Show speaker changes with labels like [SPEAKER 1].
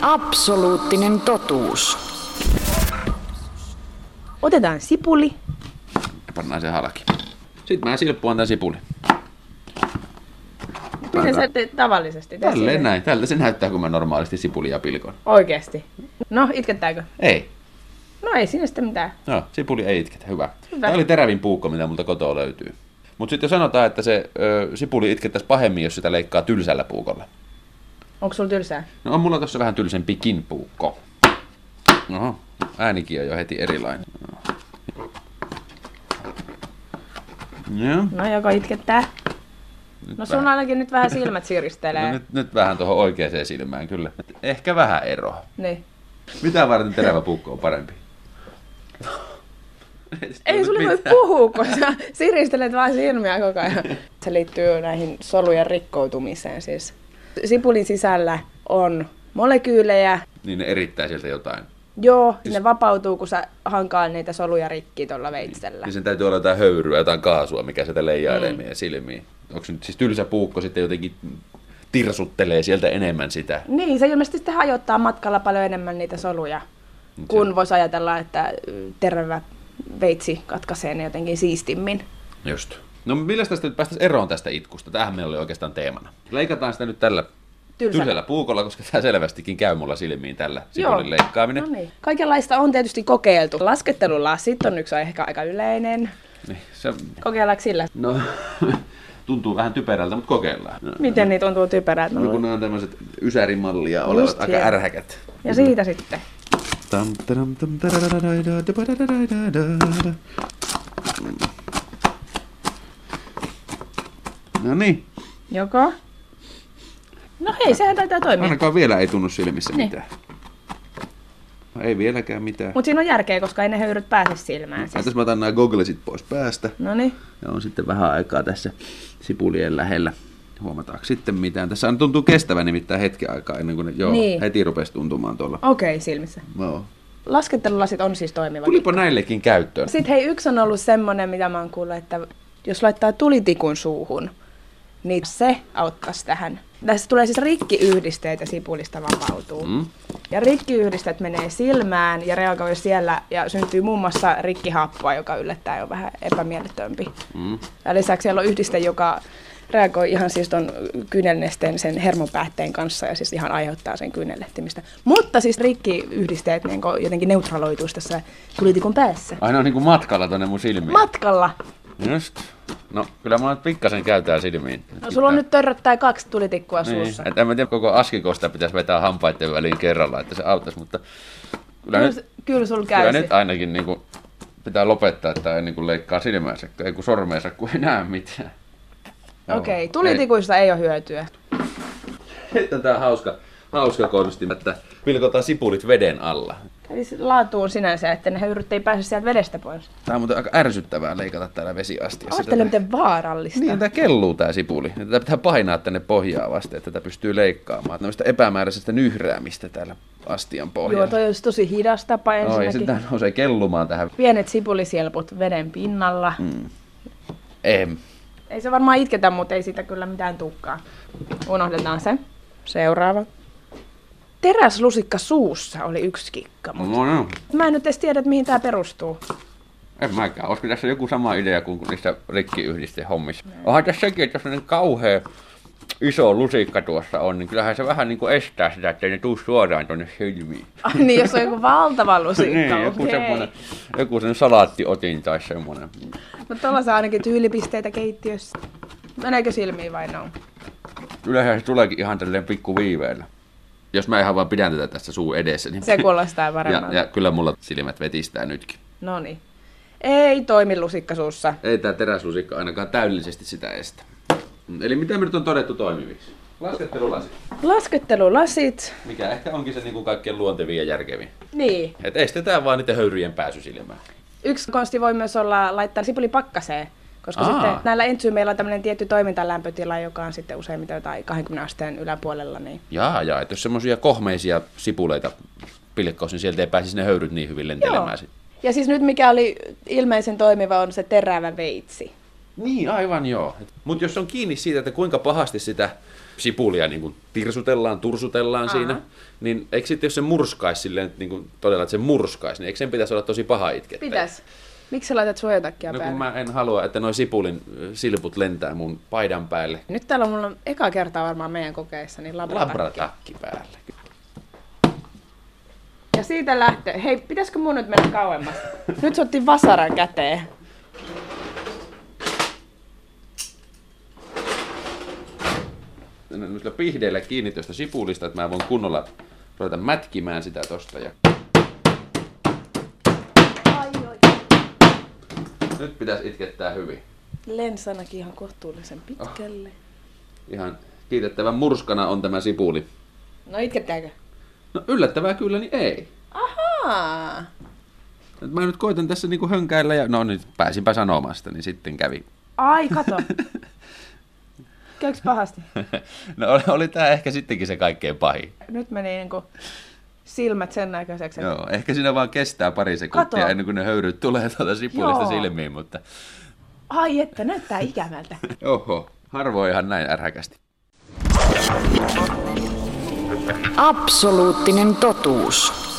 [SPEAKER 1] Absoluuttinen totuus.
[SPEAKER 2] Otetaan sipuli.
[SPEAKER 3] Ja pannaan se halki. Sitten mä silppuan tämän sipulin.
[SPEAKER 2] Miten sä te, tavallisesti teet
[SPEAKER 3] Tälleen
[SPEAKER 2] sille?
[SPEAKER 3] näin. Tältä se näyttää, kun mä normaalisti sipulia pilkon.
[SPEAKER 2] Oikeesti. No, itkettääkö?
[SPEAKER 3] Ei.
[SPEAKER 2] No ei siinä sitten mitään.
[SPEAKER 3] No, sipuli ei itketä. Hyvä.
[SPEAKER 2] Hyvä.
[SPEAKER 3] Tämä oli terävin puukko, mitä multa kotoa löytyy. Mutta sitten sanotaan, että se ö, sipuli itkettäisi pahemmin, jos sitä leikkaa tylsällä puukolla.
[SPEAKER 2] Onko sulla tylsää?
[SPEAKER 3] No on mulla tossa vähän tylsempikin puukko. Oho, äänikin on jo heti erilainen. Joo.
[SPEAKER 2] No, joko itkettää? No sun ainakin nyt vähän silmät siristelee.
[SPEAKER 3] No nyt, nyt vähän tuohon oikeaan silmään kyllä. Et Ehkä vähän eroa.
[SPEAKER 2] Niin.
[SPEAKER 3] Mitä varten terävä puukko on parempi?
[SPEAKER 2] Ei sulle voi puhua, kun sä siristelet vaan silmiä koko ajan. Se liittyy näihin solujen rikkoutumiseen siis. Sipulin sisällä on molekyylejä,
[SPEAKER 3] Niin ne erittää sieltä jotain.
[SPEAKER 2] joo,
[SPEAKER 3] Siis-
[SPEAKER 2] ne vapautuu, kun sä hankaa niitä soluja rikki tuolla veitsellä.
[SPEAKER 3] Niin sen täytyy olla jotain höyryä, jotain kaasua, mikä sieltä
[SPEAKER 2] Niin.
[SPEAKER 3] leijailee mm. meidän silmiin. Onko nyt siis tylsä puukko sitten jotenkin tirsuttelee sieltä enemmän sitä?
[SPEAKER 2] Niin, se ilmeisesti sitten hajottaa matkalla paljon enemmän niitä soluja, kun voisi ajatella, että mm, terävä veitsi katkaisee ne jotenkin siistimmin.
[SPEAKER 3] Just. No millä tästä nyt päästäisiin eroon tästä itkusta? Tämähän meillä oli oikeastaan teemana. Leikataan sitä nyt tällä
[SPEAKER 2] Tylsällä.
[SPEAKER 3] tylsällä, tylsällä puukolla, koska tämä selvästikin käy mulla silmiin tällä sipulin leikkaaminen.
[SPEAKER 2] No niin. Kaikenlaista on tietysti kokeiltu. Laskettelulasit on yksi ehkä aika yleinen.
[SPEAKER 3] Niin, se,
[SPEAKER 2] Kokeillaanko sillä?
[SPEAKER 3] no, tuntuu vähän typerältä, mutta kokeillaan. No,
[SPEAKER 2] Miten niitä tuntuu typerältä?
[SPEAKER 3] no kun nämä on tämmöiset ysärimallia olevat,
[SPEAKER 2] Just
[SPEAKER 3] aika
[SPEAKER 2] hieman.
[SPEAKER 3] ärhäkät.
[SPEAKER 2] Ja siitä sitten.
[SPEAKER 3] Tam, tadam, tam, tadadadadada, dabadadadadada. No niin,
[SPEAKER 2] Joko? No hei, sehän taitaa toimia.
[SPEAKER 3] ainakaan vielä ei tunnu silmissä
[SPEAKER 2] Niin.
[SPEAKER 3] mitään. No, ei vieläkään mitään.
[SPEAKER 2] Mutta siinä on järkeä, koska ei ne höyryt pääse silmään.
[SPEAKER 3] Ja
[SPEAKER 2] Siis.
[SPEAKER 3] tässä mä otan nämä googlesit pois päästä.
[SPEAKER 2] No niin.
[SPEAKER 3] Ja on sitten vähän aikaa tässä sipulien lähellä. Huomataanko sitten mitään. Tässä on tuntuu kestävän nimittäin hetken aikaa ennen kuin ne, joo,
[SPEAKER 2] Niin.
[SPEAKER 3] heti rupesi tuntumaan tuolla.
[SPEAKER 2] Okei, okay, silmissä.
[SPEAKER 3] No.
[SPEAKER 2] Laskettelulasit on siis toimiva.
[SPEAKER 3] Tulipa näillekin käyttöön.
[SPEAKER 2] Sitten hei, yksi on ollut semmoinen, mitä mä oon kuullut, että jos laittaa tulitikun suuhun, niin se auttaisi tähän. Tässä tulee siis rikkiyhdisteitä sipulista vapautuu. Mm. Ja rikkiyhdisteet menee silmään ja reagoi siellä ja syntyy muun muassa rikkihappoa, joka yllättäen on vähän epämiellyttävämpi. Mm. Ja lisäksi siellä on yhdiste, joka reagoi ihan siis ton kyynelnesteen sen hermopäätteen kanssa ja siis ihan aiheuttaa sen kyynellehtimistä. Mutta siis rikkiyhdisteet niin jotenkin neutraloituu tässä tulitikun päässä.
[SPEAKER 3] Aina on niinku matkalla tonne mun silmiin.
[SPEAKER 2] Matkalla.
[SPEAKER 3] Just. No, kyllä mä nyt pikkasen käytää silmiin.
[SPEAKER 2] No, sulla on nyt törröttää kaksi tulitikkua
[SPEAKER 3] niin.
[SPEAKER 2] suussa.
[SPEAKER 3] Et en mä tiedä, koko askikosta pitäisi vetää hampaiden väliin kerralla, että se auttaisi, mutta kyllä,
[SPEAKER 2] Kyllä,
[SPEAKER 3] nyt,
[SPEAKER 2] kyllä sul käy
[SPEAKER 3] kyllä
[SPEAKER 2] No, se.
[SPEAKER 3] nyt ainakin niinku pitää lopettaa, että ei niinku leikkaa silmäänsä, ei kun sormeensa, kun ei näe mitään. Joo.
[SPEAKER 2] Okei,
[SPEAKER 3] Ei-
[SPEAKER 2] tulitikuista ei ole hyötyä.
[SPEAKER 3] Sitten tää hauska, hauska konsti, että pilkotaan sipulit veden alla.
[SPEAKER 2] Eli se laatuun sinänsä, että ne höyryt ei pääse sieltä vedestä pois.
[SPEAKER 3] Tää on muuten aika ärsyttävää leikata täällä vesiastiassa.
[SPEAKER 2] Ajattele,
[SPEAKER 3] Tätä-
[SPEAKER 2] miten vaarallista.
[SPEAKER 3] Niin, tää kelluu tää sipuli. Ja Tätä pitää painaa tänne pohjaa vasten, että tätä pystyy leikkaamaan. Tämmöistä epämääräisestä nyhräämistä täällä astian
[SPEAKER 2] Joo,
[SPEAKER 3] pohjalla.
[SPEAKER 2] toi olisi tosi hidas tapa
[SPEAKER 3] Oi,
[SPEAKER 2] ensinnäkin.
[SPEAKER 3] sitten tää nousee kellumaan tähän.
[SPEAKER 2] Pienet sipulisilput veden pinnalla. Mm.
[SPEAKER 3] Em.
[SPEAKER 2] Ei se varmaan itketä, mutta ei siitä kyllä mitään tukkaa. Unohdetaan se. Seuraava. Teräslusikka suussa oli yksi kikka. mut
[SPEAKER 3] No, no.
[SPEAKER 2] Mä en nyt edes tiedä, että mihin tämä perustuu.
[SPEAKER 3] En mäkään. Olisiko tässä joku sama idea kuin niissä rikkiyhdisten hommissa? Onhan tässä sekin, että jos on kauhea iso lusikka tuossa on, niin kyllähän se vähän niin kuin estää sitä, ettei ne tuu suoraan tuonne silmiin.
[SPEAKER 2] Ai niin, jos on joku valtava lusikka,
[SPEAKER 3] niin, joku
[SPEAKER 2] okei.
[SPEAKER 3] semmoinen, joku sen salaattiotin tai semmoinen.
[SPEAKER 2] Mutta tuolla saa No, ainakin tyylipisteitä keittiössä. Meneekö silmiin vai no?
[SPEAKER 3] Yleensä se tuleekin ihan tälleen pikku viiveellä. Jos mä ihan vaan pidän tätä tässä suu edessä, niin...
[SPEAKER 2] Se kuulostaa
[SPEAKER 3] ja,
[SPEAKER 2] paremmalta.
[SPEAKER 3] ja, kyllä mulla silmät vetistää nytkin.
[SPEAKER 2] No niin. Ei toimi lusikka suussa.
[SPEAKER 3] Ei tämä teräslusikka ainakaan täydellisesti sitä estä. Eli mitä me nyt on todettu toimiviksi? Laskettelulasit.
[SPEAKER 2] Laskettelulasit.
[SPEAKER 3] Mikä ehkä onkin se niin kuin kaikkein luontevin ja järkevin.
[SPEAKER 2] Niin.
[SPEAKER 3] Et estetään vaan niiden höyryjen pääsy silmään.
[SPEAKER 2] Yksi konsti voi myös olla laittaa sipuli pakkaseen, koska
[SPEAKER 3] Aa.
[SPEAKER 2] sitten näillä entsyymeillä on tämmöinen tietty toimintalämpötila, joka on sitten useimmiten jotain 20 asteen yläpuolella. Niin.
[SPEAKER 3] Jaa, jaa, että jos semmoisia kohmeisia sipuleita pilkkaus, niin sieltä ei pääsisi ne höyryt niin hyvin lentelemään. sit.
[SPEAKER 2] Ja siis nyt mikä oli ilmeisen toimiva on se terävä veitsi.
[SPEAKER 4] Niin, aivan joo.
[SPEAKER 3] Mutta jos on kiinni siitä, että kuinka pahasti sitä sipulia niin kuin tirsutellaan, tursutellaan
[SPEAKER 2] Aha.
[SPEAKER 3] siinä, niin eikö sitten, jos se murskaisi silleen, niin kuin todella, että se murskaisi, niin eikö sen pitäisi olla tosi paha itkettäjä?
[SPEAKER 2] Pitäis. Miksi sä laitat suojatakkia
[SPEAKER 3] No
[SPEAKER 2] päälle?
[SPEAKER 3] kun mä en halua, että noi sipulin ö, silput lentää mun paidan päälle.
[SPEAKER 2] Nyt täällä on mulla on eka kertaa varmaan meidän kokeissa, niin labrata.
[SPEAKER 3] Labratakki päälle.
[SPEAKER 2] Ja siitä lähtee. Hei, pitäisikö mun nyt mennä kauemmas? Nyt se otti vasaran käteen.
[SPEAKER 3] Nyt pihdeillä kiinni tuosta sipulista, että mä voin kunnolla ruveta mätkimään sitä tosta. Ja... Nyt pitäisi itkettää hyvin.
[SPEAKER 2] Lensi ainakin ihan kohtuullisen pitkälle.
[SPEAKER 3] Ihan kiitettävän murskana on tämä sipuli.
[SPEAKER 2] No itkettääkö?
[SPEAKER 3] No yllättävää kyllä, niin ei.
[SPEAKER 2] Ahaa.
[SPEAKER 3] Et mä nyt koitan tässä niinku hönkäillä ja... No nyt pääsinpä sanomasta, niin sitten kävi.
[SPEAKER 2] Ai, kato. Käyks pahasti?
[SPEAKER 3] No oli, oli tää ehkä sittenkin se kaikkein pahin.
[SPEAKER 2] Nyt meni niinku silmät sen näköiseksi. että-
[SPEAKER 3] Joo, ehkä siinä vaan kestää pari sekuntia
[SPEAKER 2] Kato.
[SPEAKER 3] ennen kuin ne höyryt tulee tuolta sipulista
[SPEAKER 2] Joo.
[SPEAKER 3] silmiin, mutta...
[SPEAKER 2] Ai että, näyttää ikävältä.
[SPEAKER 3] Oho, harvoin ihan näin ärhäkästi.
[SPEAKER 5] Absoluuttinen totuus.